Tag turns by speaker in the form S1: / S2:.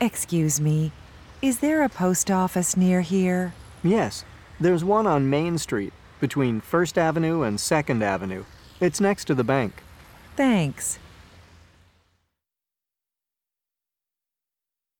S1: Excuse me, is there a post office near here?
S2: Yes, there's one on Main Street between First Avenue and Second Avenue. It's next to the bank.
S1: Thanks.